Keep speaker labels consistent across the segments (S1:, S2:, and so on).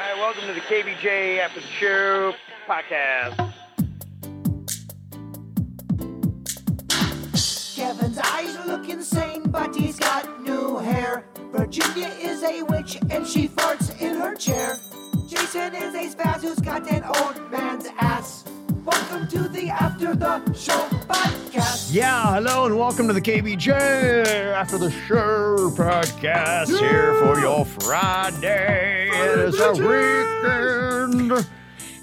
S1: right, welcome to the KBJ After the Show podcast.
S2: Kevin's eyes look insane, but he's got new hair. Virginia is a witch and she farts in her chair. Jason is a spaz who's got an old man's ass. Welcome to the After the Show podcast.
S1: Yeah, hello and welcome to the KBJ After the Show podcast here for your Friday. It is a weekend.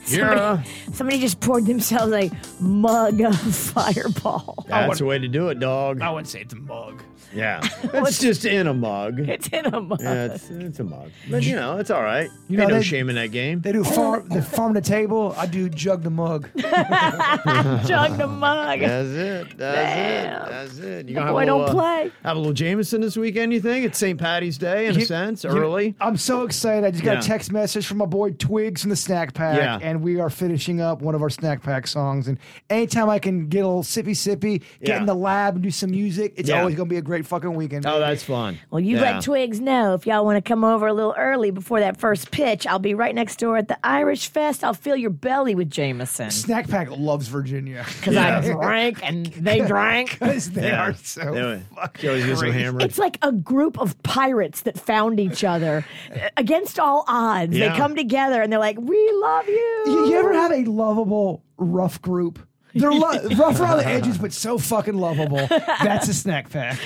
S1: Yeah,
S3: Somebody just poured themselves a mug of fireball.
S4: That's the way to do it, dog.
S5: I
S2: Oh.
S5: wouldn't say it's a mug.
S4: Yeah. It's just in a mug.
S3: It's in a mug.
S4: Yeah, it's, it's a mug. But, you know, it's all right. You
S5: You know,
S4: know, no
S5: they-
S4: shame in that game.
S5: They do farm the farm to table. I do jug the mug.
S3: Jug the mug.
S4: That's it. That's
S3: Damn.
S4: it. That's it. You
S3: My
S4: gonna
S3: boy
S4: a
S3: don't
S4: little, uh,
S3: play.
S4: Have a little Jameson this weekend, you think? It's St. Patty's Day, in
S5: You-
S4: a sense,
S5: you-
S4: early.
S5: I'm so excited. I just got
S4: Yeah.
S5: a text message from my boy Twigs from the Snack Pack,
S4: Yeah.
S5: and we are finishing up one of our Snack Pack songs. And anytime I can get a little sippy sippy, get
S4: Yeah.
S5: in the lab and do some music, it's
S4: Yeah.
S5: always gonna be a great fucking weekend.
S4: Oh, that's fun.
S3: Well, you
S4: yeah.
S3: let Twigs know if y'all want to come over a little early before that first pitch. I'll be right next door at the Irish Fest. I'll fill your belly with Jameson
S5: Snack Pack loves Virginia
S3: because I drank and they drank.
S5: because they
S4: Yeah.
S5: are so.
S4: Anyway, you always get some hammer.
S3: It's like a group of pirates that found each other uh, against all odds.
S4: Yeah.
S3: They come together and they're like, "We love you."
S5: You, you ever had a lovable rough group? They're lo- rough around the edges, but so fucking lovable. That's a snack pack.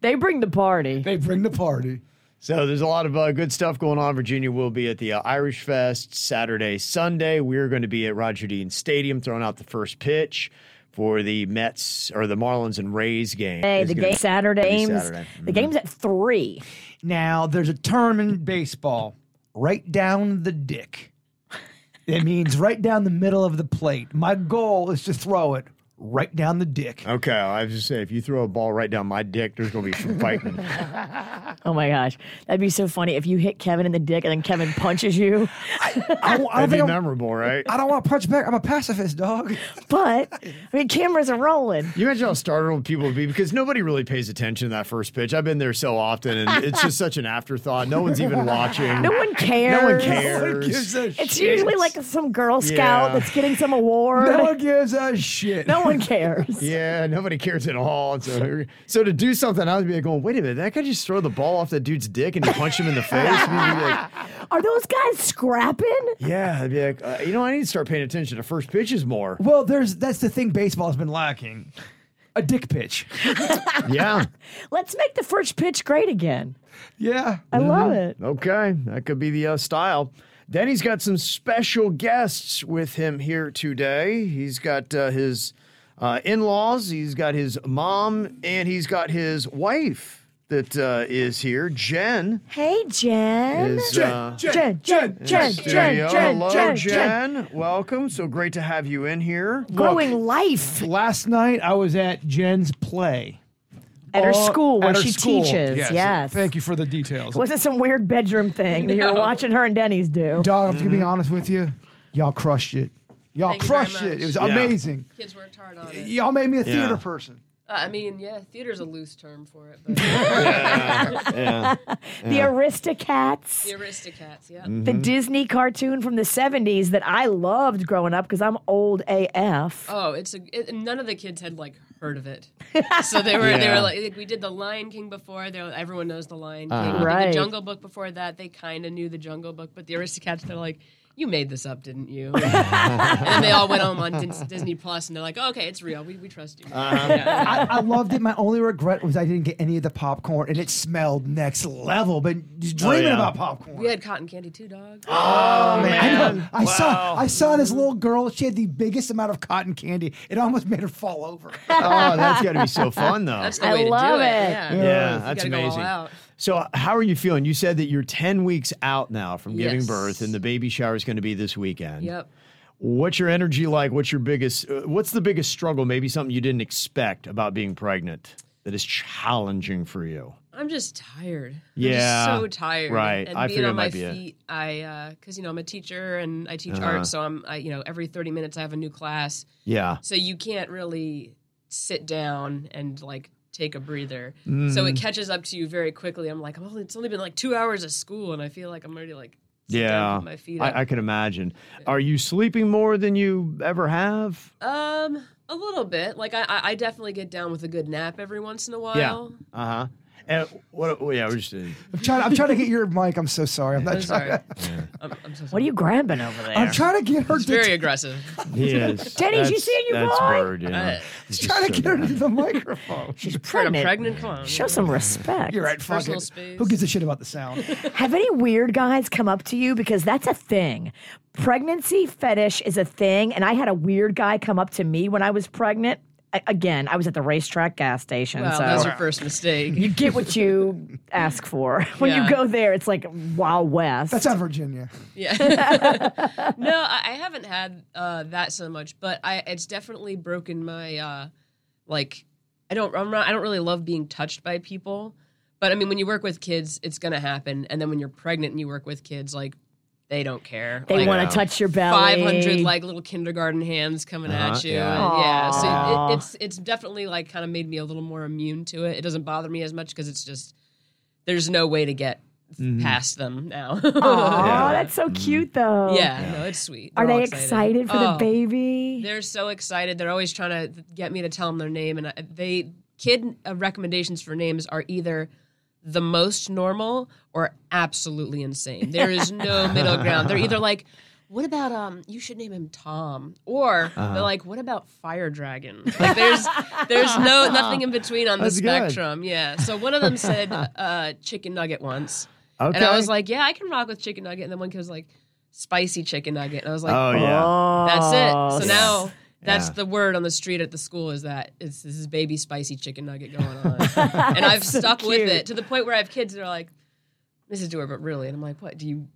S3: they bring the party.
S5: they bring the party.
S4: So there's a lot of uh, good stuff going on. Virginia will be at the uh, Irish Fest Saturday, Sunday. We're going to be at Roger Dean Stadium throwing out the first pitch for the Mets or the Marlins and Rays game.
S3: Hey,
S4: It's
S3: the
S4: gonna
S3: game
S4: be-
S3: Saturday games.
S4: Saturday. Mm-hmm.
S3: The game's at three.
S5: Now, there's a term in baseball right down the dick. It means right down the middle of the plate. My goal is to throw it right down the dick.
S4: Okay, I was just saying, if you throw a ball right down my dick, there's going to be some fighting.
S3: Oh my gosh, that'd be so funny if you hit Kevin in the dick and then Kevin punches you.
S5: I, don't- I don't
S4: That'd be
S5: think I'm,
S4: memorable, right?
S5: I don't want to punch back. I'm a pacifist, dog.
S3: But I mean, cameras are rolling.
S4: You imagine how startled people would be because nobody really pays attention to that first pitch. I've been there so often, and it's just such an afterthought. No one's even watching.
S3: No one cares.
S4: No one
S5: gives
S4: cares.
S5: a
S3: It's
S5: shit.
S3: usually like some Girl Scout
S4: Yeah.
S3: that's getting some award.
S5: No one gives a shit.
S3: No one cares.
S4: Yeah, nobody cares at all. So, so to do something, I would be like, going, wait a minute, that guy just throw the ball off that dude's dick and punch him in the face. And he'd be like,
S3: Are those guys scrapping?
S4: yeah, I'd be like, uh, you know, I need to start paying attention to first pitches more.
S5: Well, there's that's the thing baseball's been lacking. A dick pitch.
S4: Yeah,
S3: Let's make the first pitch great again.
S5: Yeah.
S3: I love it.
S4: Okay, that could be the uh, style. Then he's got some special guests with him here today. He's got uh, his uh, in laws, he's got his mom, and he's got his wife that uh, is here. Jen
S3: Hey, Jen.
S4: is. Uh,
S3: Jen, Jen, Jen, Jen,
S4: studio.
S3: Jen,
S4: Hello,
S3: Jen,
S4: Jen. Welcome. So great to have you in here.
S3: Growing life
S5: Last night I was at Jen's play.
S3: at her
S5: Oh,
S3: school where
S5: at her
S3: she
S5: school.
S3: teaches. yes.
S5: Thank you for the details.
S3: Wasn't some weird bedroom thing that you're watching her and Denny's do.
S5: Dog, I'm gonna
S6: Mm-hmm.
S5: be honest with you. Y'all crushed it. Y'all
S6: Thank you very
S5: crushed it. It was
S6: much.
S5: amazing.
S6: Kids worked hard on it.
S5: Y'all made me a theater
S4: Yeah.
S5: person.
S6: Uh, I mean, yeah, theater's a loose term for it, but
S3: The Aristocats.
S6: the Aristocats, yeah.
S4: Mm.
S3: the
S5: Mm-hmm.
S3: Disney cartoon from the 70s that I loved growing up because I'm old AF.
S6: Oh, it's a. It, and none of the kids had like heard of it, so they were they
S4: Yeah.
S6: were like, we did the Lion King before. They were, everyone knows the Lion
S4: Uh-huh.
S6: King. We did
S3: Right.
S6: The Jungle Book before that, they kind of knew the Jungle Book, but the Aristocats, they're like. You made this up, didn't you? and they all went home on Dis- Disney Plus, and they're like, oh, "Okay, it's real. We, we trust you."
S4: Uh-huh.
S6: Yeah.
S5: I, I loved it. My only regret was I didn't get any of the popcorn, and it smelled next level. But just
S6: Oh,
S5: dreaming
S4: yeah.
S5: about popcorn.
S6: We had cotton candy too, dog.
S5: Oh, man. I, know. I saw I saw this little girl. She had the biggest amount of cotton candy. It almost made her fall over.
S4: Oh, that's got to be so fun, though.
S6: That's the
S3: I
S6: way
S3: love
S6: to do
S3: it.
S6: it. Yeah,
S4: yeah,
S6: You
S4: that's
S6: gotta go all
S4: amazing.
S6: out.
S4: So, how are you feeling? You said that you're 10 weeks out now from giving
S6: Yes.
S4: birth, and the baby shower is going to be this weekend.
S6: Yep.
S4: What's your energy like? What's your biggest, uh, what's the biggest struggle, maybe something you didn't expect about being pregnant that is challenging for you?
S6: I'm just tired. I'm
S4: Yeah,
S6: just so tired.
S4: right.
S6: And
S4: I
S6: being
S4: figured it
S6: on my
S4: might be it. Uh-huh.
S6: feet, I because you know I'm a teacher and I teach art, so I'm I, you know every 30 minutes I have a new class,
S4: Yeah.
S6: so you can't really sit down and like take a breather. So
S4: Mm.
S6: it catches up to you very quickly. I'm like, oh, it's only been like two hours of school, and I feel like I'm already like sit down,
S4: Yeah.
S6: put my feet up.
S4: I, I can imagine. Are you sleeping more than you ever have?
S6: Um, a little bit. Like I, I I definitely get down with a good nap every once in a while.
S4: Yeah. Uh huh. And what, well, yeah, we're just,
S5: I'm trying, I'm trying to get your mic. I'm so sorry. I'm not
S6: I'm sorry.
S5: trying.
S6: I'm, I'm so
S3: What
S6: sorry.
S3: are you grabbing over there?
S5: I'm trying to get her. To,
S6: It's very aggressive.
S4: yes.
S3: Denny's, you
S4: That's-
S3: seeing your
S4: that's
S3: boy?
S4: Bird, yeah.
S6: Uh,
S4: It's just
S5: trying to
S4: so
S5: get her
S4: bad.
S5: to the microphone.
S3: She's
S6: I'm
S3: pregnant.
S6: pregnant. Mm-hmm. Come on.
S3: Show some respect.
S5: You're right. Fuck
S6: Personal
S5: it.
S6: space.
S5: Who gives a shit about the sound?
S3: Have any weird guys come up to you? Because that's a thing. Pregnancy fetish is a thing. And I had a weird guy come up to me when I was pregnant. A- again, I was at the racetrack gas station.
S6: Well,
S3: so
S6: that's your first mistake.
S3: you get what you ask for. When
S6: Yeah.
S3: you go there, it's like Wild West.
S5: That's on Virginia.
S6: Yeah. no, I, I haven't had uh, that so much, but I it's definitely broken my uh, like I don't I'm not I don't really love being touched by people, but I mean when you work with kids, it's gonna happen, and then when you're pregnant and you work with kids, like they don't care.
S3: they
S6: like,
S3: want to touch your belly.
S6: Five hundred like little kindergarten hands coming
S4: Uh-huh,
S6: at you,
S4: yeah.
S6: and yeah. So
S3: Aw.
S6: it, it's it's definitely like kind of made me a little more immune to it. It doesn't bother me as much because it's just there's no way to get
S4: Mm-hmm.
S6: past them now.
S3: Aw,
S4: Yeah.
S3: that's so cute though.
S6: Mm. Yeah, no, it's sweet.
S3: Are
S6: They're all
S3: they excited, for
S6: Oh,
S3: the baby?
S6: They're so excited. They're always trying to get me to tell them their name, and I- they kid uh, recommendations for names are either the most normal or absolutely insane. There is no middle ground. They're either like. What about um? You should name him Tom, or
S4: Uh-huh.
S6: they're like, what about Fire Dragon? Like, there's there's no nothing in between on the
S4: That's good.
S6: spectrum. Yeah. So one of them said uh, chicken nugget once,
S4: Okay.
S6: and I was like, yeah, I can rock with chicken nugget. And then one kid was like, spicy chicken nugget, and I was like,
S4: oh, yeah.
S6: that's
S3: Oh,
S6: it. So now that's
S4: Yeah.
S6: the word on the street at the school is that it's this is baby spicy chicken nugget going on. and I've stuck with it to the point where I have kids that are like, Mrs. Dewar, but really? And I'm like, what do you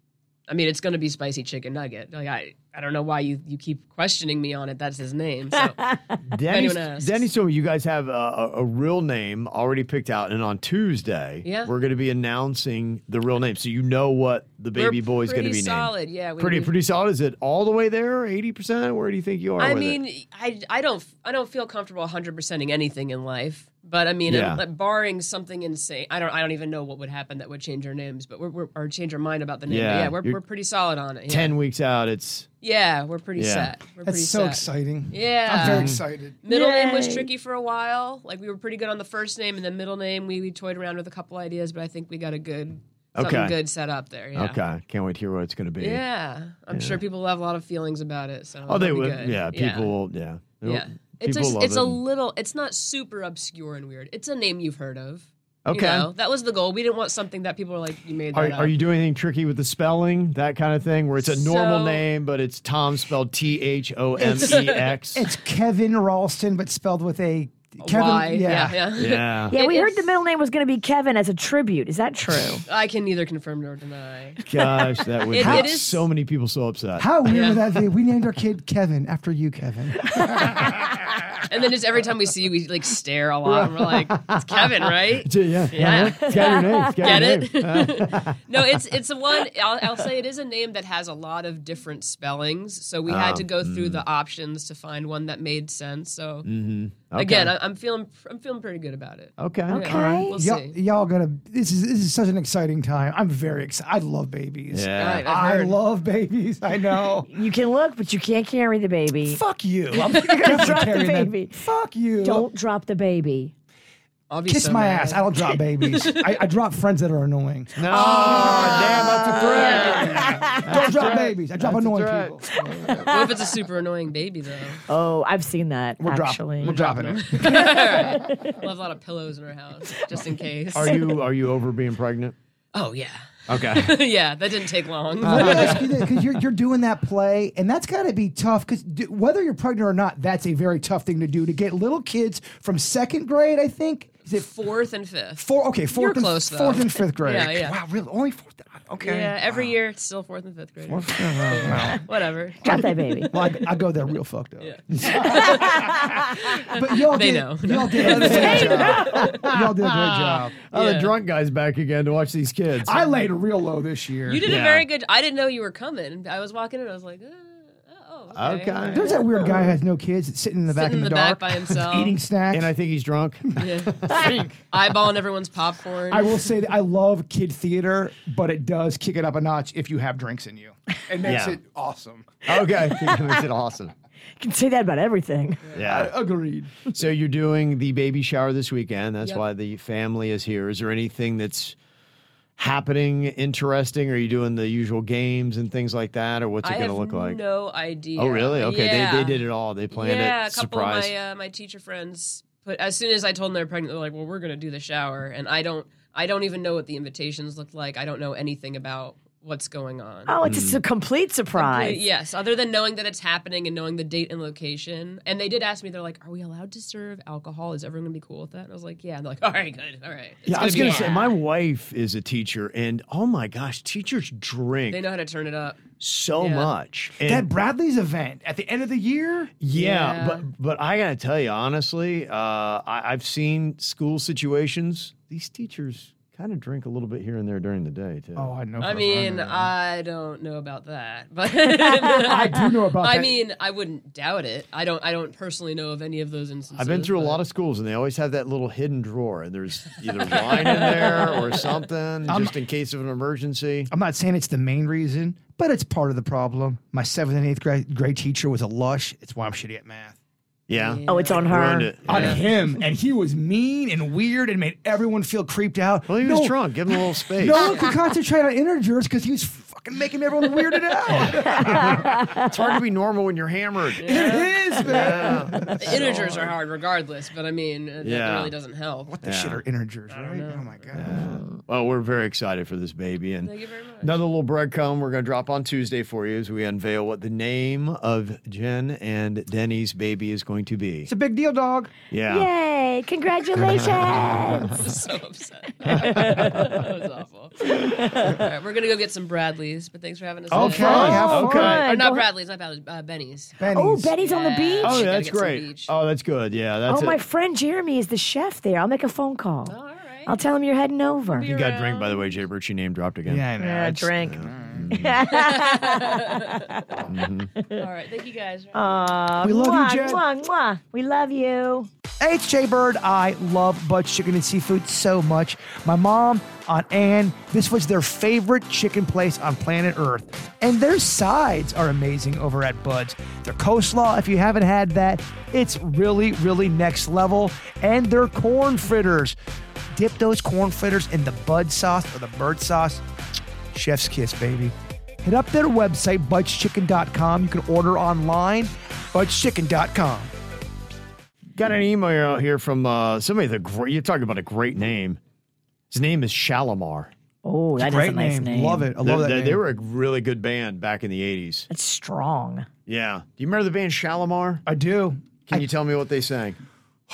S6: I mean, it's gonna be spicy chicken nugget. Like I I don't know why you, you keep questioning me on it. That's his name. So
S4: Denny's,
S6: anyone asks.
S4: Denny's told me you guys have a, a, a real name already picked out, and on Tuesday,
S6: Yeah.
S4: we're going to be announcing the real name, so you know what the baby
S6: we're
S4: boy is going to
S6: pretty
S4: be
S6: solid.
S4: named.
S6: Yeah, we,
S4: pretty
S6: we-
S4: pretty solid. Is it all the way there? Eighty percent? Where do you think you are?
S6: I
S4: with it?
S6: mean, I, I don't I don't feel comfortable 100 percenting anything in life. But I mean,
S4: Yeah.
S6: um, barring something insane, I don't I don't even know what would happen that would change our names, but we're, we're or change our mind about the name. But
S4: Yeah,
S6: Yeah, we're,
S4: you're-
S6: we're pretty solid on it. Yeah,
S4: ten weeks out. It's
S6: yeah we're pretty
S4: Yeah.
S6: set. We're
S5: That's
S6: pretty
S5: so
S6: set.
S5: exciting.
S6: Yeah.
S5: I'm very excited.
S6: Middle name was
S3: Yay.
S6: tricky for a while. Like we were pretty good on the first name, and then middle name we, we toyed around with a couple ideas, but I think we got a good something
S4: Okay.
S6: good set up there. Yeah.
S4: okay. Can't wait to hear what it's going to be.
S6: Yeah, I'm sure people will have a lot of feelings about it. So
S4: Oh, they
S6: it'll be
S4: would.
S6: good.
S4: Yeah, people will. Yeah. They'll-
S6: Yeah. It's
S4: people
S6: a,
S4: love
S6: it's
S4: it.
S6: a little it's not super obscure and weird. It's a name you've heard of. You
S4: Okay.
S6: know? That was the goal. We didn't want something that people were like, you made that
S4: Are,
S6: up.
S4: are you doing anything tricky with the spelling, that kind of thing, where it's a normal
S6: So-
S4: name, but it's Tom spelled T H O M E X?
S5: It's Kevin Ralston, but spelled with a Kevin.
S6: Why?
S5: Yeah.
S6: yeah.
S4: Yeah.
S3: yeah, we
S6: It
S3: heard
S6: is-
S3: the middle name was going to be Kevin as a tribute. Is that true?
S6: I can neither confirm nor deny.
S4: Gosh, that would
S6: It-
S4: have
S6: it is-
S4: so many people so upset.
S5: How weird would that be? We named our kid Kevin after you, Kevin.
S6: And then just every time we see you, we like stare a lot and we're like, It's Kevin, right?
S4: yeah, yeah.
S6: Yeah.
S4: It's got your Uh-huh. name. It's got
S6: Get
S4: your
S6: it?
S4: name.
S6: No, it's it's a one I'll, I'll say it is a name that has a lot of different spellings. So we
S4: Ah,
S6: had to go through
S4: mm.
S6: the options to find one that made sense. So again, I, I'm feeling I'm feeling pretty good about it.
S4: Mm-hmm. Okay.
S6: Yeah,
S4: All right.
S6: We'll
S5: y'all,
S6: see.
S5: y'all gonna. This is this is such an exciting time. I'm very excited. I love babies.
S4: Yeah.
S6: I've
S5: I
S6: heard.
S5: love babies. I know.
S3: You can look, but you can't carry the baby.
S5: Fuck you. I'm gonna
S3: Drop the
S5: carry that-
S3: baby.
S5: Fuck you.
S3: Don't drop the baby.
S6: I'll be
S5: kiss
S6: so
S5: my
S6: mad.
S5: ass. I don't drop babies. I, I drop friends that are annoying. Ah,
S4: No. damn, that's a threat.
S5: don't drop babies. I drop annoying
S4: right.
S5: people.
S6: What if it's a super annoying baby though?
S3: Oh, I've seen that
S5: We're
S3: actually.
S5: dropping. We're dropping it.
S6: We'll have a lot of pillows in our house just in case.
S4: Are you are you over being pregnant?
S6: oh yeah,
S4: Okay.
S6: yeah. That didn't take long.
S5: Let me ask
S6: Uh-huh.
S5: you this, because you're, you're doing that play, and that's got to be tough. Because d- whether you're pregnant or not, that's a very tough thing to do to get little kids from second grade, I think, Is it
S6: fourth and fifth.
S5: four? Okay, 4th and
S6: close, though.
S5: fourth and fifth grade.
S6: Yeah, yeah.
S5: Wow, really? Only fourth? Okay.
S6: Yeah, every year it's still fourth and fifth grade. Whatever.
S3: Got that baby.
S5: Well, I, I go there real fucked up. but y'all
S6: They
S5: did,
S6: know.
S5: Y'all did a great job. Y'all did a great job.
S4: Oh, the
S6: Yeah.
S4: drunk guy's back again to watch these kids.
S5: I laid real low this year.
S6: You did
S4: Yeah.
S6: a very good. I didn't know you were coming. I was walking in. I was like, uh, oh, okay.
S4: okay.
S5: There's that weird guy who has no kids that's sitting in the back
S6: Sitting
S5: in the,
S6: in the back
S5: dark
S6: by himself.
S5: eating snacks.
S4: And I think he's drunk.
S6: eyeballing everyone's popcorn.
S5: I will say that I love kid theater, but it does kick it up a notch if you have drinks in you. It makes
S4: Yeah.
S5: it awesome.
S4: okay. Makes it awesome.
S3: You can say that about everything.
S4: Yeah.
S5: Agreed.
S4: So you're doing the baby shower this weekend. That's
S6: Yep.
S4: why the family is here. Is there anything that's happening interesting? Are you doing the usual games and things like that? Or what's it
S6: I
S4: going to
S6: have
S4: look like?
S6: no idea.
S4: Oh, really? Okay.
S6: Yeah.
S4: They, they did it all. They planned
S6: yeah,
S4: it.
S6: a couple
S4: Surprise.
S6: of my uh, my teacher friends put as soon as I told them they're pregnant, they're like, "Well, we're gonna do the shower," and I don't I don't even know what the invitations looked like. I don't know anything about what's going on.
S3: Oh, it's just a complete surprise.
S6: Yes, other than knowing that it's happening and knowing the date and location. And they did ask me, they're like, Are we allowed to serve alcohol? Is everyone gonna be cool with that? And I was like, Yeah. And they're like, All right, good. All right. It's
S4: yeah, I was
S6: be
S4: going to
S6: fun."
S4: say, my wife is a teacher, and oh my gosh, teachers drink
S6: They know how to turn it up.
S4: so
S6: Yeah.
S4: much. And
S5: That Bradley's event at the end of the year.
S4: Yeah,
S6: Yeah.
S4: but but I gotta tell you honestly, uh, I, I've seen school situations. These teachers kind of drink a little bit here and there during the day too.
S5: Oh, I know. for
S6: I
S5: a
S6: mean,
S5: fact.
S6: I don't know about that, but
S5: I do know about
S6: I
S5: that.
S6: mean, I wouldn't doubt it. I don't. I don't personally know of any of those instances.
S4: I've been through a lot of schools, and they always have that little hidden drawer, and there's either wine in there or something,
S5: Um,
S4: just in case of an emergency.
S5: I'm not saying it's the main reason, but it's part of the problem. My seventh and eighth grade, grade teacher was a lush. It's why I'm shitty at math.
S4: Yeah,
S3: Oh, it's on her.
S4: ruined it.
S5: On him, and he was mean and weird and made everyone feel creeped out.
S4: Well, he was
S5: No-
S4: drunk. Give him a little space.
S5: No one could concentrate on integers because he was fucking making everyone weirded out.
S4: It's hard to be normal when you're hammered.
S5: it is, man.
S6: The integers are hard, regardless. But I mean, it
S4: Yeah.
S6: really doesn't help.
S5: What the shit are integers, right? Oh my god.
S4: Well, we're very excited for this baby, and
S6: Thank you very much.
S4: Another little breadcrumb we're going to drop on Tuesday for you as we unveil what the name of Jen and Denny's baby is going to be.
S5: It's a big deal, dog.
S4: Yeah.
S3: Yay! Congratulations.
S6: I'm so upset. that was awful. All right, we're gonna go get some Bradleys. But thanks for having us.
S5: Okay.
S6: today.
S5: have fun.
S4: Okay.
S6: Or not
S3: Go-
S6: Bradleys, not Bradleys, uh, Benny's.
S3: Oh,
S5: Benny's.
S3: Betty's on the
S6: Yeah.
S3: beach.
S4: Oh,
S6: Gotta
S4: that's
S6: get some
S4: great.
S6: beach.
S4: Oh, that's good. Yeah,
S3: Oh,
S4: that's it.
S3: my friend Jeremy is the chef there. I'll make a phone call.
S6: All right.
S3: I'll tell him you're heading over.
S4: you got drink, by the way, Jay Birch, your name dropped again.
S5: Yeah, I know.
S3: yeah,
S5: It's-
S3: drink.
S6: All right. Thank you guys.
S3: Aw,
S5: We love you,
S3: mwah,
S5: Jen.
S3: Mwah, mwah. We love you.
S5: Hey, it's Jay Bird. I love Bud's Chicken and Seafood so much. My mom, Aunt Ann, this was their favorite chicken place on planet Earth. And their sides are amazing over at Bud's. Their coleslaw, if you haven't had that, it's really, really next level. And their corn fritters. Dip those corn fritters in the Bud sauce or the bird sauce. Chef's kiss, baby. Hit up their website, budschicken.com. You can order online, budschicken.com.
S4: Got an email out here from uh, somebody that great, you're talking about a great name. His name is Shalimar.
S3: Oh, that is a nice name.
S5: Love it. I
S4: They-
S5: love that.
S4: they,
S5: name.
S4: they were a really good band back in the 80s.
S3: That's strong.
S4: Yeah. Do you remember the band Shalimar?
S5: I do.
S4: Can you tell me what they sang?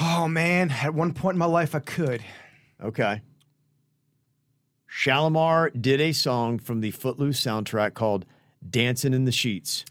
S5: Oh man, at one point in my life I could.
S4: Okay. Shalimar did a song from the Footloose soundtrack called Dancing in the Sheets.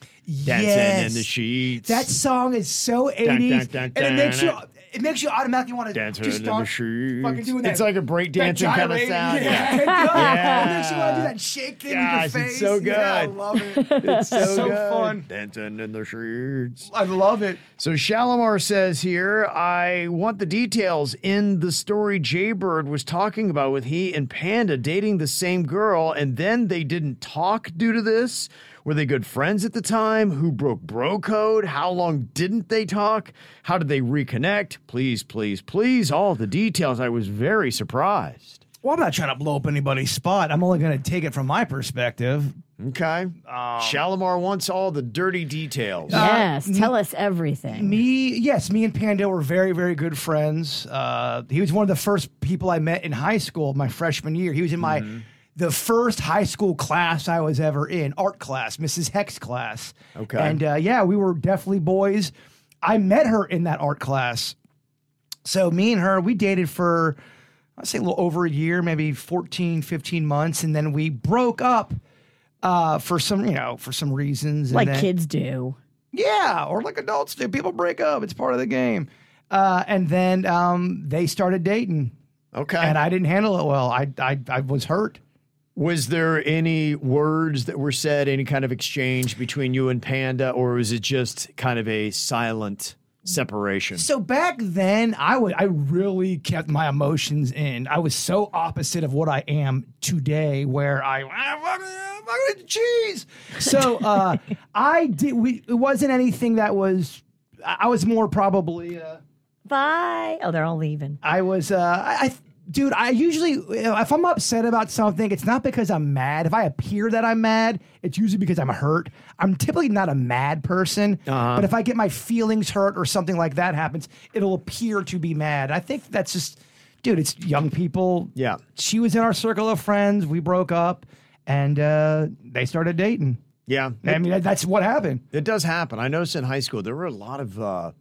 S4: Dancing in the Sheets.
S5: That song is so 80s.
S4: dun,
S5: and it makes you
S4: dun, dun.
S5: it makes you automatically want to
S4: Dancing
S5: just
S4: in the
S5: start
S4: Sheets.
S5: fucking doing that.
S4: It's like a breakdancing
S5: that
S4: kind of
S5: gyrating.
S4: sound.
S5: Yeah.
S4: Yeah. Yeah.
S5: It makes you want to do that shake thing
S4: Gosh, it's
S5: in your face.
S4: so
S5: Yeah, I
S4: good.
S5: love it. It's so, fun.
S4: Dancing in the Sheets.
S5: I love it.
S4: So Shalimar says here, I want the details in the story Jaybird was talking about with he and Panda dating the same girl, and then they didn't talk due to this. Were they good friends at the time? Who broke bro code? How long didn't they talk? How did they reconnect? Please, please, please, all the details. I was very surprised.
S5: Well, I'm not trying to blow up anybody's spot. I'm only going to take it from my perspective.
S4: Okay. Um, Shalimar wants all the dirty details.
S3: yes, tell us everything.
S5: Uh, Me, yes, me and Panda were very, very good friends. Uh, he was one of the first people I met in high school, my freshman year. He was in my the first high school class I was ever in, art class, Mrs. Hex class.
S4: Okay.
S5: and uh, yeah, we were definitely boys. I met her in that art class. So me and her, we dated for I'd say a little over a year, maybe 14, 15 months, and then we broke up uh, for some, you know, for some reasons. and
S3: like
S5: then-
S3: kids do.
S5: yeah, or like adults do. People break up. It's part of the game. Uh, and then um, they started dating,
S4: Okay.
S5: and I didn't handle it well. I I, I was hurt.
S4: was there any words that were said, any kind of exchange between you and Panda, or was it just kind of a silent separation?
S5: So back then, I would I really kept my emotions in. I was so opposite of what I am today, where I "Ah, fuck it, fuck it, cheese. So uh, I did. We it wasn't anything that was. I I was more probably. Uh,
S3: Bye. Oh, they're all leaving.
S5: I was, uh, I, I, dude, I usually, if I'm upset about something, it's not because I'm mad. If I appear that I'm mad, it's usually because I'm hurt. I'm typically not a mad person, but if I get my feelings hurt or something like that happens, it'll appear to be mad. I think that's just, dude, it's young people.
S4: Yeah.
S5: She was in our circle of friends. We broke up and uh, they started dating.
S4: yeah.
S5: I mean, that's what happened.
S4: It does happen. I noticed in high school there were a lot of. Uh,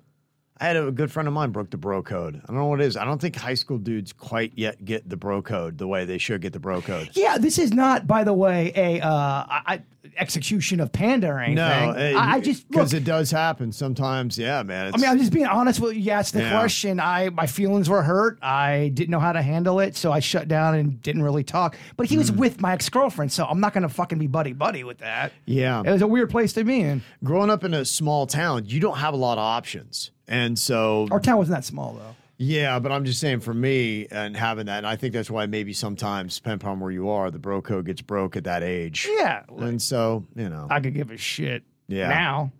S4: I had a good friend of mine broke the bro code. I don't know what it is. I don't think high school dudes quite yet get the bro code the way they should get the bro code.
S5: Yeah, this is not, by the way, a uh, I, I- execution of panda or anything.
S4: eh,
S5: I, I just look,
S4: because it does happen sometimes. Yeah, man.
S5: I mean, I'm just being honest. With you asked the
S4: Yeah.
S5: question. I my feelings were hurt. I didn't know how to handle it, so I shut down and didn't really talk. But he was
S4: Mm.
S5: with my ex girlfriend, so I'm not gonna fucking be buddy buddy with that.
S4: yeah.
S5: It was a weird place to be in.
S4: growing up in a small town, you don't have a lot of options. And so,
S5: Our town wasn't that small though.
S4: yeah, but I'm just saying for me and having that, and I think that's why maybe sometimes, depending on where you are, the bro code gets broke at that age.
S5: Yeah,
S4: And so, you know,
S5: I could give a shit.
S4: Yeah.
S5: Now,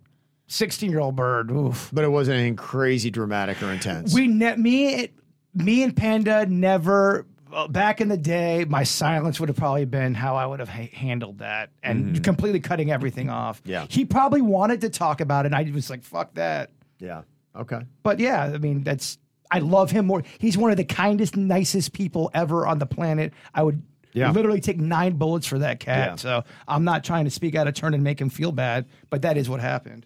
S5: sixteen year old bird. Oof.
S4: but it wasn't anything crazy dramatic or intense.
S5: We ne- me me and Panda never. uh, Back in the day, my silence would have probably been how I would have ha- handled that, and completely cutting everything off.
S4: Mm-hmm. Yeah.
S5: he probably wanted to talk about it. and I was like, "Fuck that."
S4: yeah. Okay.
S5: But yeah, I mean, that's I love him more. He's one of the kindest, nicest people ever on the planet. I would
S4: Yeah.
S5: literally take nine bullets for that cat.
S4: Yeah.
S5: So I'm not trying to speak out of turn and make him feel bad, but that is what happened.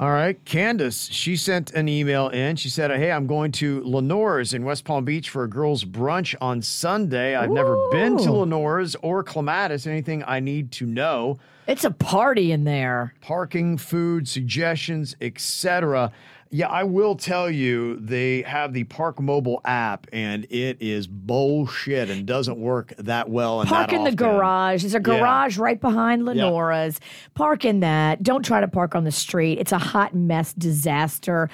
S4: All right. Candace, she sent an email in. She said, Hey, I'm going to Lenore's in West Palm Beach for a girls' brunch on Sunday. I've never been to
S3: Ooh.
S4: Lenore's or Clematis. Anything I need to know?
S3: It's a party in there.
S4: parking, food suggestions, etc. Yeah, I will tell you they have the Park Mobile app and it is bullshit and doesn't work that well and
S3: Park
S4: that
S3: in the
S4: often.
S3: garage. There's a garage right behind Lenora's. Park in that. Don't try to park on the street. It's a hot mess disaster.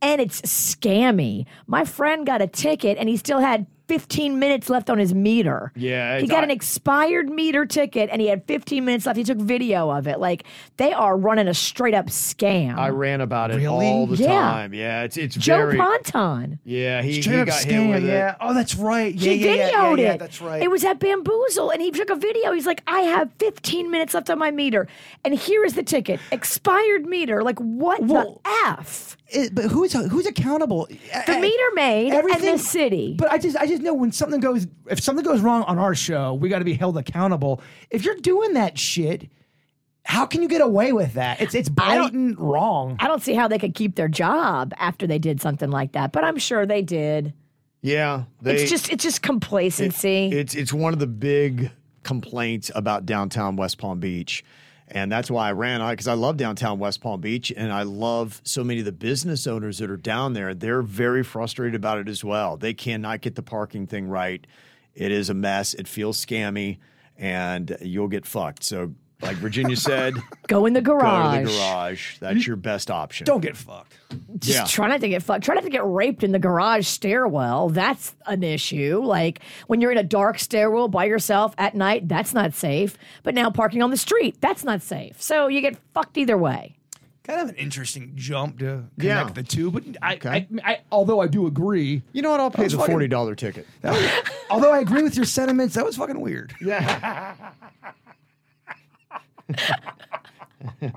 S3: And it's scammy. My friend got a ticket and he still had 15 minutes left on his meter.
S4: Yeah,
S3: He
S4: it's-
S3: got
S4: I-
S3: an expired meter ticket and he had 15 minutes left. He took video of it. Like they are running a straight up scam.
S4: I ran about it
S5: Really?
S4: all the
S3: Yeah.
S4: time. Yeah, it's it's
S3: Joe
S4: very
S3: Ponton.
S4: yeah. He, he
S5: Straight up
S4: got hit
S5: scam,
S4: with
S5: yeah.
S4: it.
S5: Oh, that's right. Yeah,
S3: He
S5: yeah, yeah, yeah,
S3: videoed
S5: yeah,
S3: it.
S5: That's right.
S3: It was at Bamboozle, and he took a video. He's like, "I have 15 minutes left on my meter, and here is the ticket, expired meter." Like, what
S5: Well-
S3: the f?
S5: it, but who's who's accountable?
S3: The
S5: I-
S3: meter maid and
S5: everything-
S3: the city.
S5: But I just I just know when something goes if something goes wrong on our show, we got to be held accountable. If you're doing that shit, how can you get away with that? It's it's blatant wrong.
S3: I don't see how they could keep their job after they did something like that, but I'm sure they did.
S4: Yeah, they,
S3: it's just it's just
S4: it-
S3: complacency.
S4: it's it's one of the big complaints about downtown West Palm Beach And that's why I ran I because I love downtown West Palm Beach and I love so many of the business owners that are down there. They're very frustrated about it as well. They cannot get the parking thing right. It is a mess. It feels scammy and you'll get fucked. So like Virginia said,
S3: Go in the
S4: go
S3: garage.
S4: to the garage. That's your best option.
S5: Don't get fucked.
S3: Just
S4: Yeah.
S3: try not to get fucked. Try not to get raped in the garage stairwell. That's an issue. Like when you're in a dark stairwell by yourself at night, that's not safe. But now parking on the street, that's not safe. So you get fucked either way.
S5: Kind of an interesting jump to connect
S4: Yeah.
S5: the two, but I, I, I, although I do agree,
S4: You know what? I'll pay
S5: was
S4: the
S5: fucking-
S4: forty dollar ticket.
S5: although I agree with your sentiments, that was fucking weird.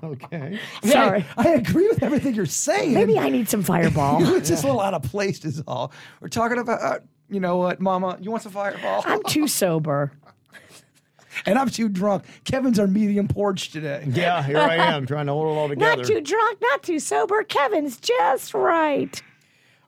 S4: Okay.
S3: Sorry.
S5: I, I agree with everything you're saying.
S3: Maybe I need some fireball.
S5: it's just a little out of place, is all. We're talking about, uh, you know what, Mama? You want some fireball?
S3: I'm too sober.
S5: and I'm too drunk. Kevin's our medium porch today.
S4: Yeah, here I am trying to hold it all together.
S3: Not too drunk, not too sober. Kevin's just right.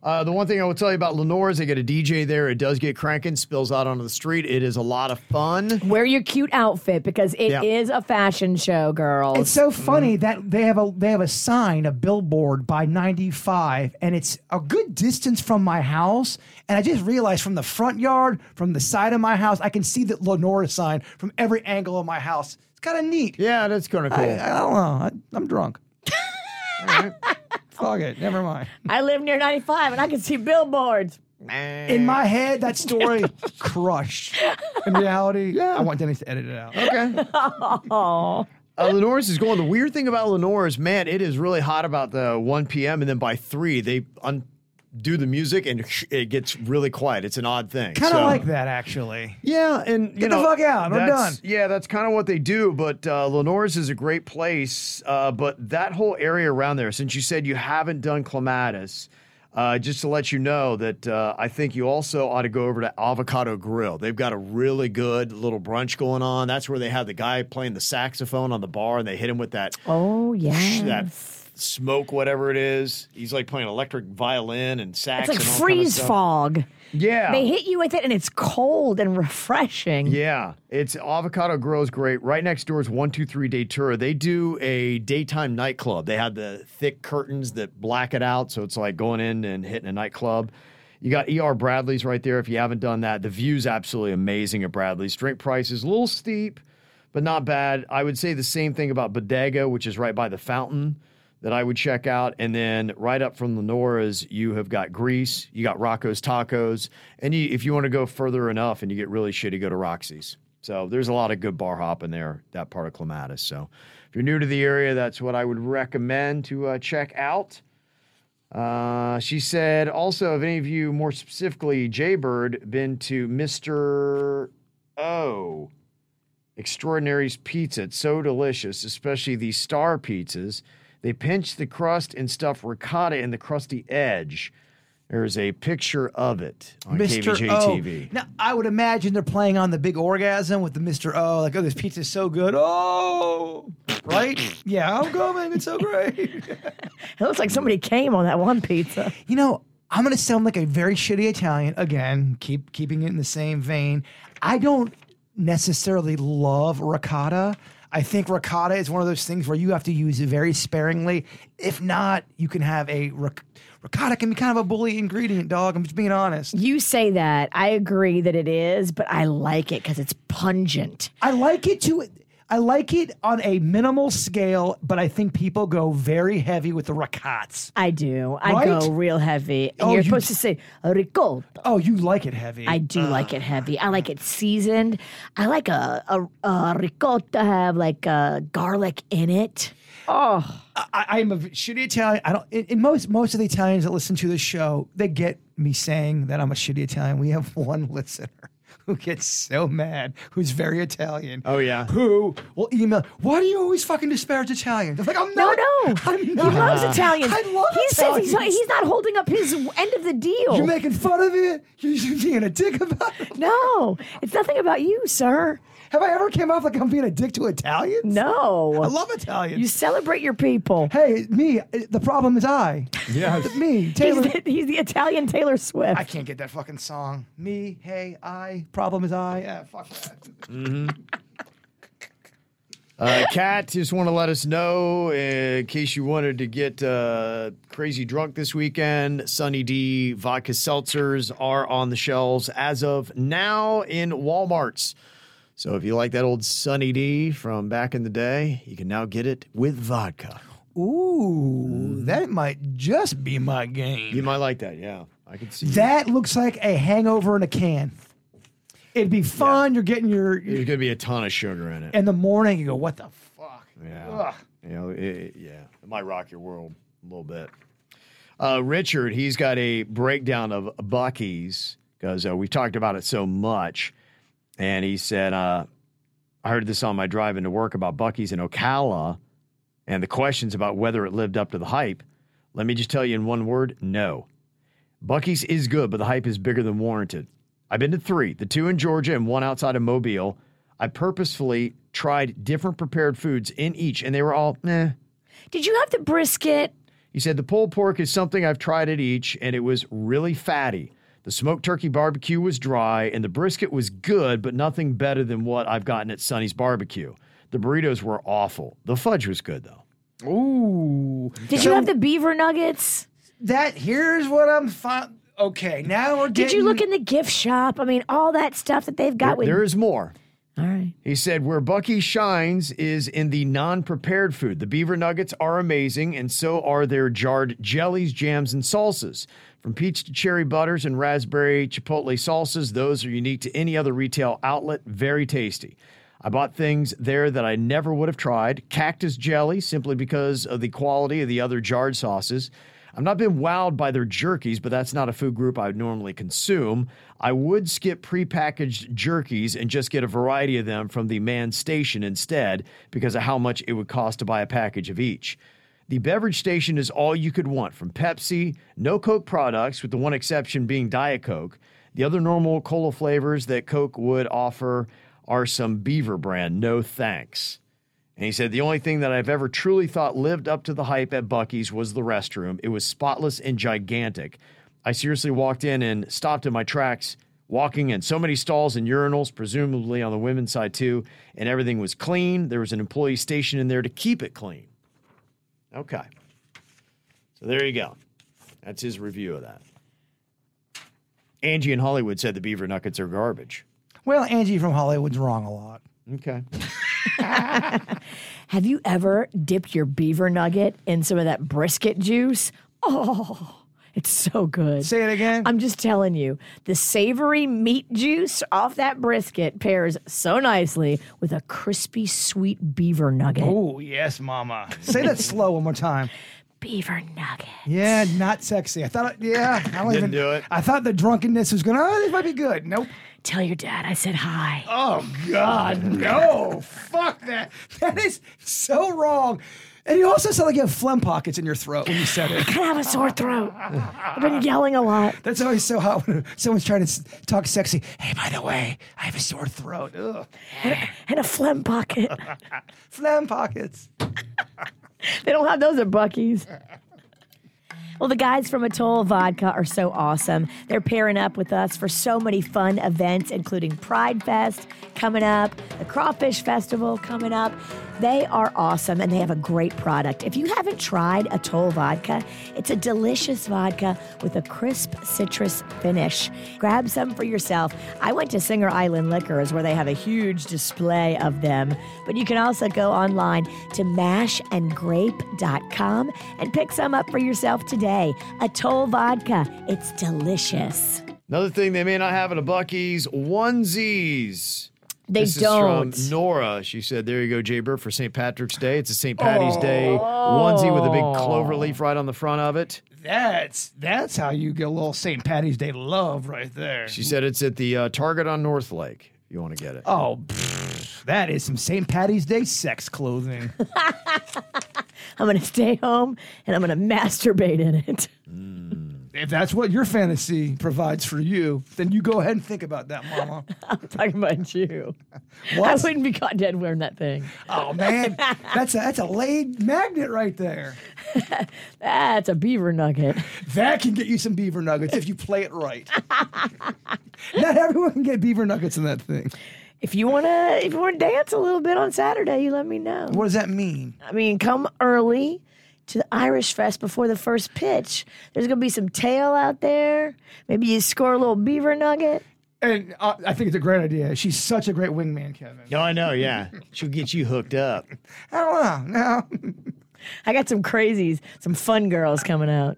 S4: Uh, the one thing I will tell you about Lenore is they get a DJ there. It does get cranking, spills out onto the street. It is a lot of fun.
S3: Wear your cute outfit because it is
S4: Yeah.
S3: a fashion show, girls.
S5: It's so funny that they have a they have a sign, a billboard by 95, and it's a good distance from my house. And I just realized from the front yard, from the side of my house, I can see the Lenora sign from every angle of my house. It's kind of neat.
S4: Yeah, that's kind of cool.
S5: I, I don't know. I, I'm drunk. All right. Fuck it. Never mind.
S3: I live near 95 and I can see billboards.
S5: In my head, that story crushed. In reality, I want Dennis to edit it out.
S4: okay. Uh, Lenore's is going. The weird thing about Lenore's, man, it is really hot about the 1 p.m. and then by 3, they undo the music and it gets really quiet. It's an odd thing.
S5: Kind of
S4: So-
S5: like that, actually.
S4: Yeah, and you
S5: Get the
S4: know,
S5: fuck out. We're
S4: that's-
S5: done.
S4: Yeah, that's kind of what they do. But uh, Lenore's is a great place. Uh, but that whole area around there, since you said you haven't done clematis, uh, just to let you know that uh, I think you also ought to go over to Avocado Grill. They've got a really good little brunch going on. That's where they have the guy playing the saxophone on the bar, and they hit him with that
S3: Oh, yeah.
S4: that smoke, whatever it is. He's like playing electric violin and sax.
S3: It's like
S4: and all kinda
S3: freeze
S4: stuff.
S3: fog.
S4: Yeah,
S3: They hit you with it and it's cold and refreshing.
S4: Yeah, it's Avocado Grill's great. Right next door is 123 Datura. They do a daytime nightclub. They have the thick curtains that black it out, so it's like going in and hitting a nightclub. You got ER Bradley's right there if you haven't done that. The view's absolutely amazing at Bradley's. Drink price is a little steep, but not bad. I would say the same thing about Bodega, which is right by the fountain that I would check out. And then right up from Lenora's, you have got Greece, you got Rocco's Tacos, and you, if you want to go further enough and you get really shitty, go to Roxy's. So there's a lot of good bar hop in there, that part of Clematis. So if you're new to the area, that's what I would recommend to uh, check out. Uh, she said, also, if any of you, more specifically Jaybird, been to Mr. O. Extraordinary's pizza. It's so delicious, especially the star pizzas. They pinch the crust and stuff ricotta in the crusty edge. There's a picture of it on KVJ TV.
S5: Now, I would imagine they're playing on the big orgasm with the Mr. O, like, oh, this pizza's so good. Oh, right? yeah, I'm coming. It's so great.
S3: It looks like somebody came on that one pizza.
S5: you know, I'm going to sound like a very shitty Italian. Again, keep keeping it in the same vein. I don't necessarily love ricotta. I think ricotta is one of those things where you have to use it very sparingly. If not, you can have a ric- ricotta can be kind of a bully ingredient, dog. I'm just being honest.
S3: You say that. I agree that it is, but I like it because it's pungent.
S5: I like it to. I like it on a minimal scale, but I think people go very heavy with the ricottes.
S3: I do. I
S5: Right?
S3: go real heavy. And
S5: Oh,
S3: you're
S5: you-
S3: supposed to say ricotta.
S5: Oh, you like it heavy.
S3: I do like it heavy. I like it seasoned. I like a, a, a ricotta to have like uh garlic in it. Oh.
S5: I, I'm a v- shitty Italian. I don't. In, in most most of the Italians that listen to this show, they get me saying that I'm a shitty Italian. We have one listener who gets so mad, who's very Italian.
S4: Oh, yeah.
S5: Who will email? Why do you always fucking disparage Italians? I'm like, I'm
S3: No,
S5: not.
S3: no.
S5: I'm
S3: he
S5: not.
S3: loves Italians.
S5: I love
S3: he says
S5: Italians.
S3: he's not, he's not holding up his end of the deal.
S5: You're making fun of it. You're just being a dick about it.
S3: no, it's nothing about you, sir.
S5: Have I ever came off like I'm being a dick to Italians?
S3: No.
S5: I love Italians.
S3: You celebrate your people.
S5: hey, me. The problem is I. Yeah. me,
S3: He's
S5: Taylor.
S3: the, he's the Italian Taylor Swift.
S5: I can't get that fucking song. Me, Ah, hey, I. Problem is I. Yeah, fuck that.
S4: Uh, Kat, just want to let us know uh, in case you wanted to get uh, crazy drunk this weekend. Sunny D vodka seltzers are on the shelves as of now in Walmart's. So if you like that old Sunny D from back in the day, you can now get it with vodka.
S5: Ooh, that might just be my game.
S4: You might like that, yeah. I could see
S5: That looks like a hangover in a can. It'd be fun. You're getting your
S4: There's gonna be a ton of sugar in it.
S5: in the morning. You go, what the fuck?
S4: Yeah.
S5: Ugh.
S4: You know, it, yeah. It might rock your world a little bit. Uh, Richard, he's got a breakdown of Bucky's because uh, we've talked about it so much. And he said, uh, I heard this on my drive into work about Bucky's in Ocala and the questions about whether it lived up to the hype. Let me just tell you in one word no. Bucky's is good, but the hype is bigger than warranted. I've been to three, the two in Georgia and one outside of Mobile. I purposefully tried different prepared foods in each, and they were all meh.
S3: Did you have the brisket?
S4: He said the pulled pork is something I've tried at each, and it was really fatty. The smoked turkey barbecue was dry, and the brisket was good, but nothing better than what I've gotten at Sonny's barbecue. The burritos were awful. The fudge was good though.
S5: Ooh.
S3: Did you have the beaver nuggets?
S5: That here's what I'm fine. Okay, now we're getting.
S3: Did you look in the gift shop? I mean, all that stuff that they've got
S4: There-
S3: with.
S4: there is more.
S3: all right.
S4: He said, Where Bucky shines is in the non prepared food. The beaver nuggets are amazing, and so are their jarred jellies, jams, and salsas. From peach to cherry butters and raspberry chipotle salsas, those are unique to any other retail outlet. Very tasty. I bought things there that I never would have tried. Cactus jelly, simply because of the quality of the other jarred sauces. I've not been wowed by their jerkies, but that's not a food group I would normally consume. I would skip prepackaged jerkies and just get a variety of them from the man station instead because of how much it would cost to buy a package of each. The beverage station is all you could want from Pepsi, no Coke products, with the one exception being Diet Coke. The other normal cola flavors that Coke would offer are some Beaver brand, no thanks. And he said, The only thing that I've ever truly thought lived up to the hype at Bucky's was the restroom. It was spotless and gigantic. I seriously walked in and stopped in my tracks, walking in so many stalls and urinals, presumably on the women's side too, and everything was clean. There was an employee stationed in there to keep it clean. Okay. So there you go. That's his review of that. Angie in Hollywood said the beaver nuggets are garbage.
S5: Well, Angie from Hollywood's wrong a lot.
S4: Okay.
S3: Have you ever dipped your beaver nugget in some of that brisket juice? Oh, it's so good.
S5: Say it again.
S3: I'm just telling you, the savory meat juice off that brisket pairs so nicely with a crispy, sweet beaver nugget.
S5: oh yes, Mama. Say that slow one more time.
S3: Beaver nugget.
S5: Yeah, not sexy. I thought. Yeah, I don't
S4: Didn't
S5: even,
S4: do it.
S5: I thought the drunkenness was gonna. Oh, this might be good. Nope.
S3: Tell your dad I said hi.
S5: Oh God, no! Fuck that. That is so wrong. And you also sound like you have phlegm pockets in your throat when you said it.
S3: Can I have a sore throat? I've been yelling a lot.
S5: That's always so hot when someone's trying to s- talk sexy. Hey, by the way, I have a sore throat. Ugh.
S3: And a phlegm pocket.
S5: Phlegm pockets.
S3: They don't have those at Bucky's. Well, the guys from Atoll Vodka are so awesome. They're pairing up with us for so many fun events, including Pride Fest coming up, the Crawfish Festival coming up. They are awesome and they have a great product. If you haven't tried Atoll Vodka, it's a delicious vodka with a crisp citrus finish. Grab some for yourself. I went to Singer Island Liquors where they have a huge display of them, but you can also go online to mashandgrape.com and pick some up for yourself today. Atoll Vodka, it's delicious.
S4: Another thing they may not have at a Bucky's onesies.
S3: They
S4: this
S3: don't.
S4: Is from Nora. She said, There you go, Jay Burr, for St. Patrick's Day. It's a St. Patty's Day
S3: Oh.
S4: onesie with a big clover leaf right on the front of it.
S5: That's that's how you get a little St. Patty's Day love right there.
S4: She said it's at the uh, Target on North Lake. if You want to get it.
S5: Oh, pfft, that is some St. Patty's Day sex clothing.
S3: I'm going to stay home and I'm going to masturbate in it.
S5: if that's what your fantasy provides for you, then you go ahead and think about that, Mama.
S3: I'm talking about you. I
S5: What?
S3: wouldn't be caught dead wearing that thing.
S5: Oh man, that's a that's a laid magnet right there.
S3: That's a beaver nugget.
S5: That can get you some beaver nuggets if you play it right. Not everyone can get beaver nuggets in that thing.
S3: If you wanna, if you wanna dance a little bit on Saturday, you let me know.
S7: What does that mean?
S3: I mean, come early to the Irish Fest before the first pitch. There's gonna be some tail out there. Maybe you score a little beaver nugget.
S5: And uh, I think it's a great idea. She's such a great wingman, Kevin.
S8: Oh, I know. Yeah, she'll get you hooked up.
S7: I don't know. No.
S3: I got some crazies, some fun girls coming out.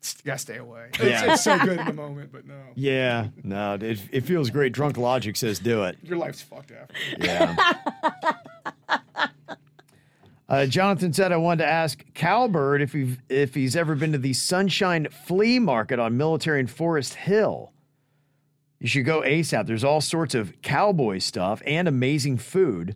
S5: You gotta stay away.
S8: Yeah.
S5: It's, it's so good in the moment, but no,
S8: Yeah, no, it, it feels great. Drunk logic says do it.
S5: your life's fucked after.
S8: Yeah.
S4: Uh, Jonathan said, "I wanted to ask Cowbird if he if he's ever been to the Sunshine Flea Market on Military and Forest Hill. You should go ASAP. There's all sorts of cowboy stuff and amazing food.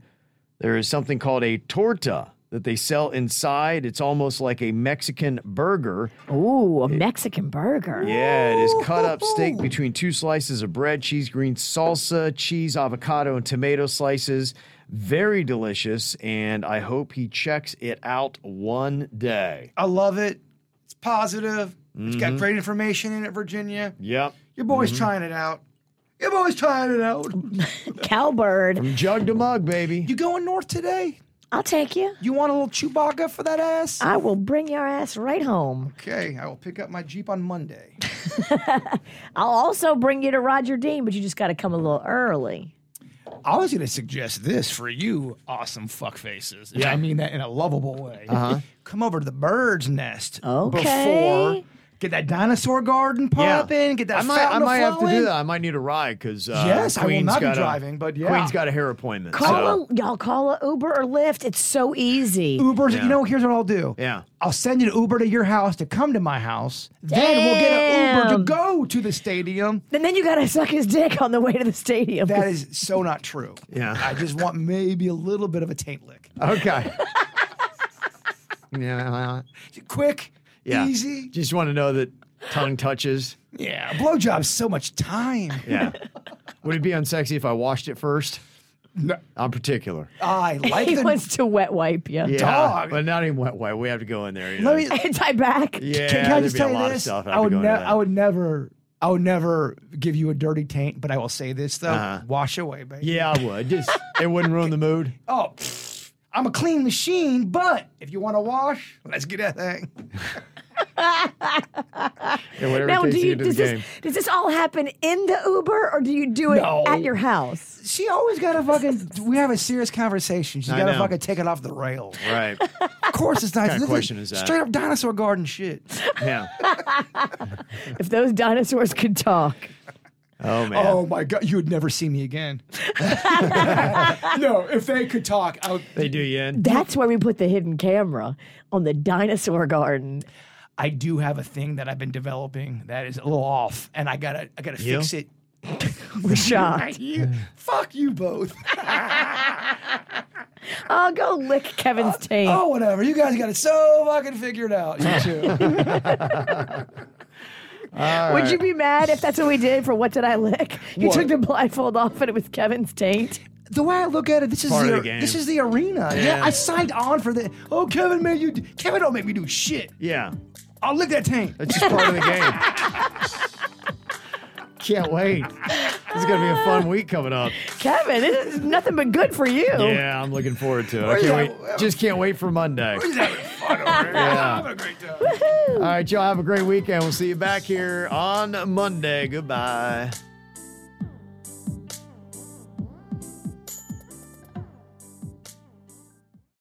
S4: There is something called a torta that they sell inside. It's almost like a Mexican burger.
S3: Ooh, a Mexican burger.
S4: Yeah, it is cut up steak between two slices of bread, cheese, green salsa, cheese, avocado, and tomato slices. Very delicious, and I hope he checks it out one day.
S5: I love it. It's positive. It's got great information in it, Virginia.
S4: Yep.
S5: Your boy's
S4: Mm-hmm.
S5: trying it out. Your boy's trying it out.
S3: Cowbird.
S4: From jug to mug, baby.
S7: You going north today?
S3: I'll take you.
S7: You want a little Chewbacca for that ass?
S3: I will bring your ass right home.
S5: Okay, I will pick up my Jeep on Monday.
S3: I'll also bring you to Roger Dean, but you just got to come a little early.
S5: I was going to suggest this for you, awesome fuckfaces. Yeah. I mean that in a lovable way. Uh-huh. Come over to the bird's nest
S3: Okay.
S5: before. Get that dinosaur garden popping. Get that
S4: I might, I
S5: fountain
S4: might have to do
S5: flowing.
S4: that. I might need a ride because uh,
S5: Yes, I will
S4: Queen's
S5: not be
S4: got a-
S5: driving, but yeah.
S4: Queen's got a hair appointment. so-
S3: Call a, y'all call a Uber or Lyft. It's so easy.
S5: Ubers. You know, here's what I'll do.
S4: Yeah.
S5: I'll send you an Uber to your house to come to my house. Then we'll get an Uber to
S3: Damn.
S5: go to the stadium.
S3: And then you got to suck his dick on the way to the stadium.
S5: That is so not true.
S4: Yeah.
S5: I just want maybe a little bit of a taint lick.
S4: okay. yeah, well,
S5: Quick,
S4: yeah.
S5: easy.
S4: Just want to know that tongue touches.
S5: Yeah. Blowjob's so much time.
S4: Yeah. Would it be unsexy if I washed it first?
S5: No.
S4: I'm particular.
S5: I like
S3: he
S5: the
S3: wants to wet wipe you.
S4: Yeah,
S5: Dog.
S4: But not even wet wipe. We have to go in there. You know?
S5: Let me,
S3: Anti back.
S4: yeah,
S5: can, can I
S4: there'd
S5: just
S4: be a
S5: tell you
S4: lot
S5: this?
S4: Of stuff
S5: I would,
S4: ne-
S5: ne- I would never, I would never give you a dirty taint, but I will say this though:
S4: Uh-huh.
S5: wash away, baby.
S4: Yeah, I would. Just it wouldn't ruin the mood.
S5: Oh, pfft, I'm a clean machine, but if you want to wash, let's get that thing.
S4: Yeah, whatever
S3: Now,
S4: takes
S3: do
S4: you,
S3: you
S4: to
S3: does
S4: the
S3: this,
S4: game.
S3: does this all happen in the Uber or do you do it
S5: No.
S3: at your house?
S5: She always got to fucking. we have a serious conversation. She's
S4: I
S5: got to
S4: know.
S5: fucking take it off the rails.
S4: Right.
S5: Of course, it's not.
S4: kind of
S5: this
S4: question is that?
S5: Straight up dinosaur garden shit.
S4: Yeah.
S3: If those dinosaurs could talk,
S4: Oh man.
S5: Oh my god, you would never see me again. no, if they could talk, I would,
S4: They do you in.
S3: that's where we put the hidden camera on the dinosaur garden.
S5: I do have a thing that I've been developing that is a little off, and I gotta I gotta
S4: You?
S5: fix it.
S3: We're shocked.
S5: You, fuck you both.
S3: Oh, go lick Kevin's taint.
S5: oh, whatever. You guys got it so fucking figured out. You two.
S3: Would you be mad if that's what we did for What Did I Lick? You
S5: What?
S3: took the blindfold off and it was Kevin's taint.
S5: the way I look at it, this is
S4: Part of
S5: the,
S4: the game.
S5: this is the arena. Yeah. I signed on for the. Oh, Kevin, man, you d- Kevin don't make me do shit.
S4: Yeah.
S5: I'll lick that tank.
S4: That's just part of the game. Can't wait. This is gonna be a fun week coming up.
S3: Kevin, this is nothing but good for you.
S4: Yeah, I'm looking forward to it. I
S5: Where's
S4: can't
S5: that-
S4: wait. Just can't wait for Monday.
S5: He's having fun over here.
S4: Yeah.
S5: I'm having a great time.
S4: All right, y'all have a great weekend. We'll see you back here on Monday. Goodbye.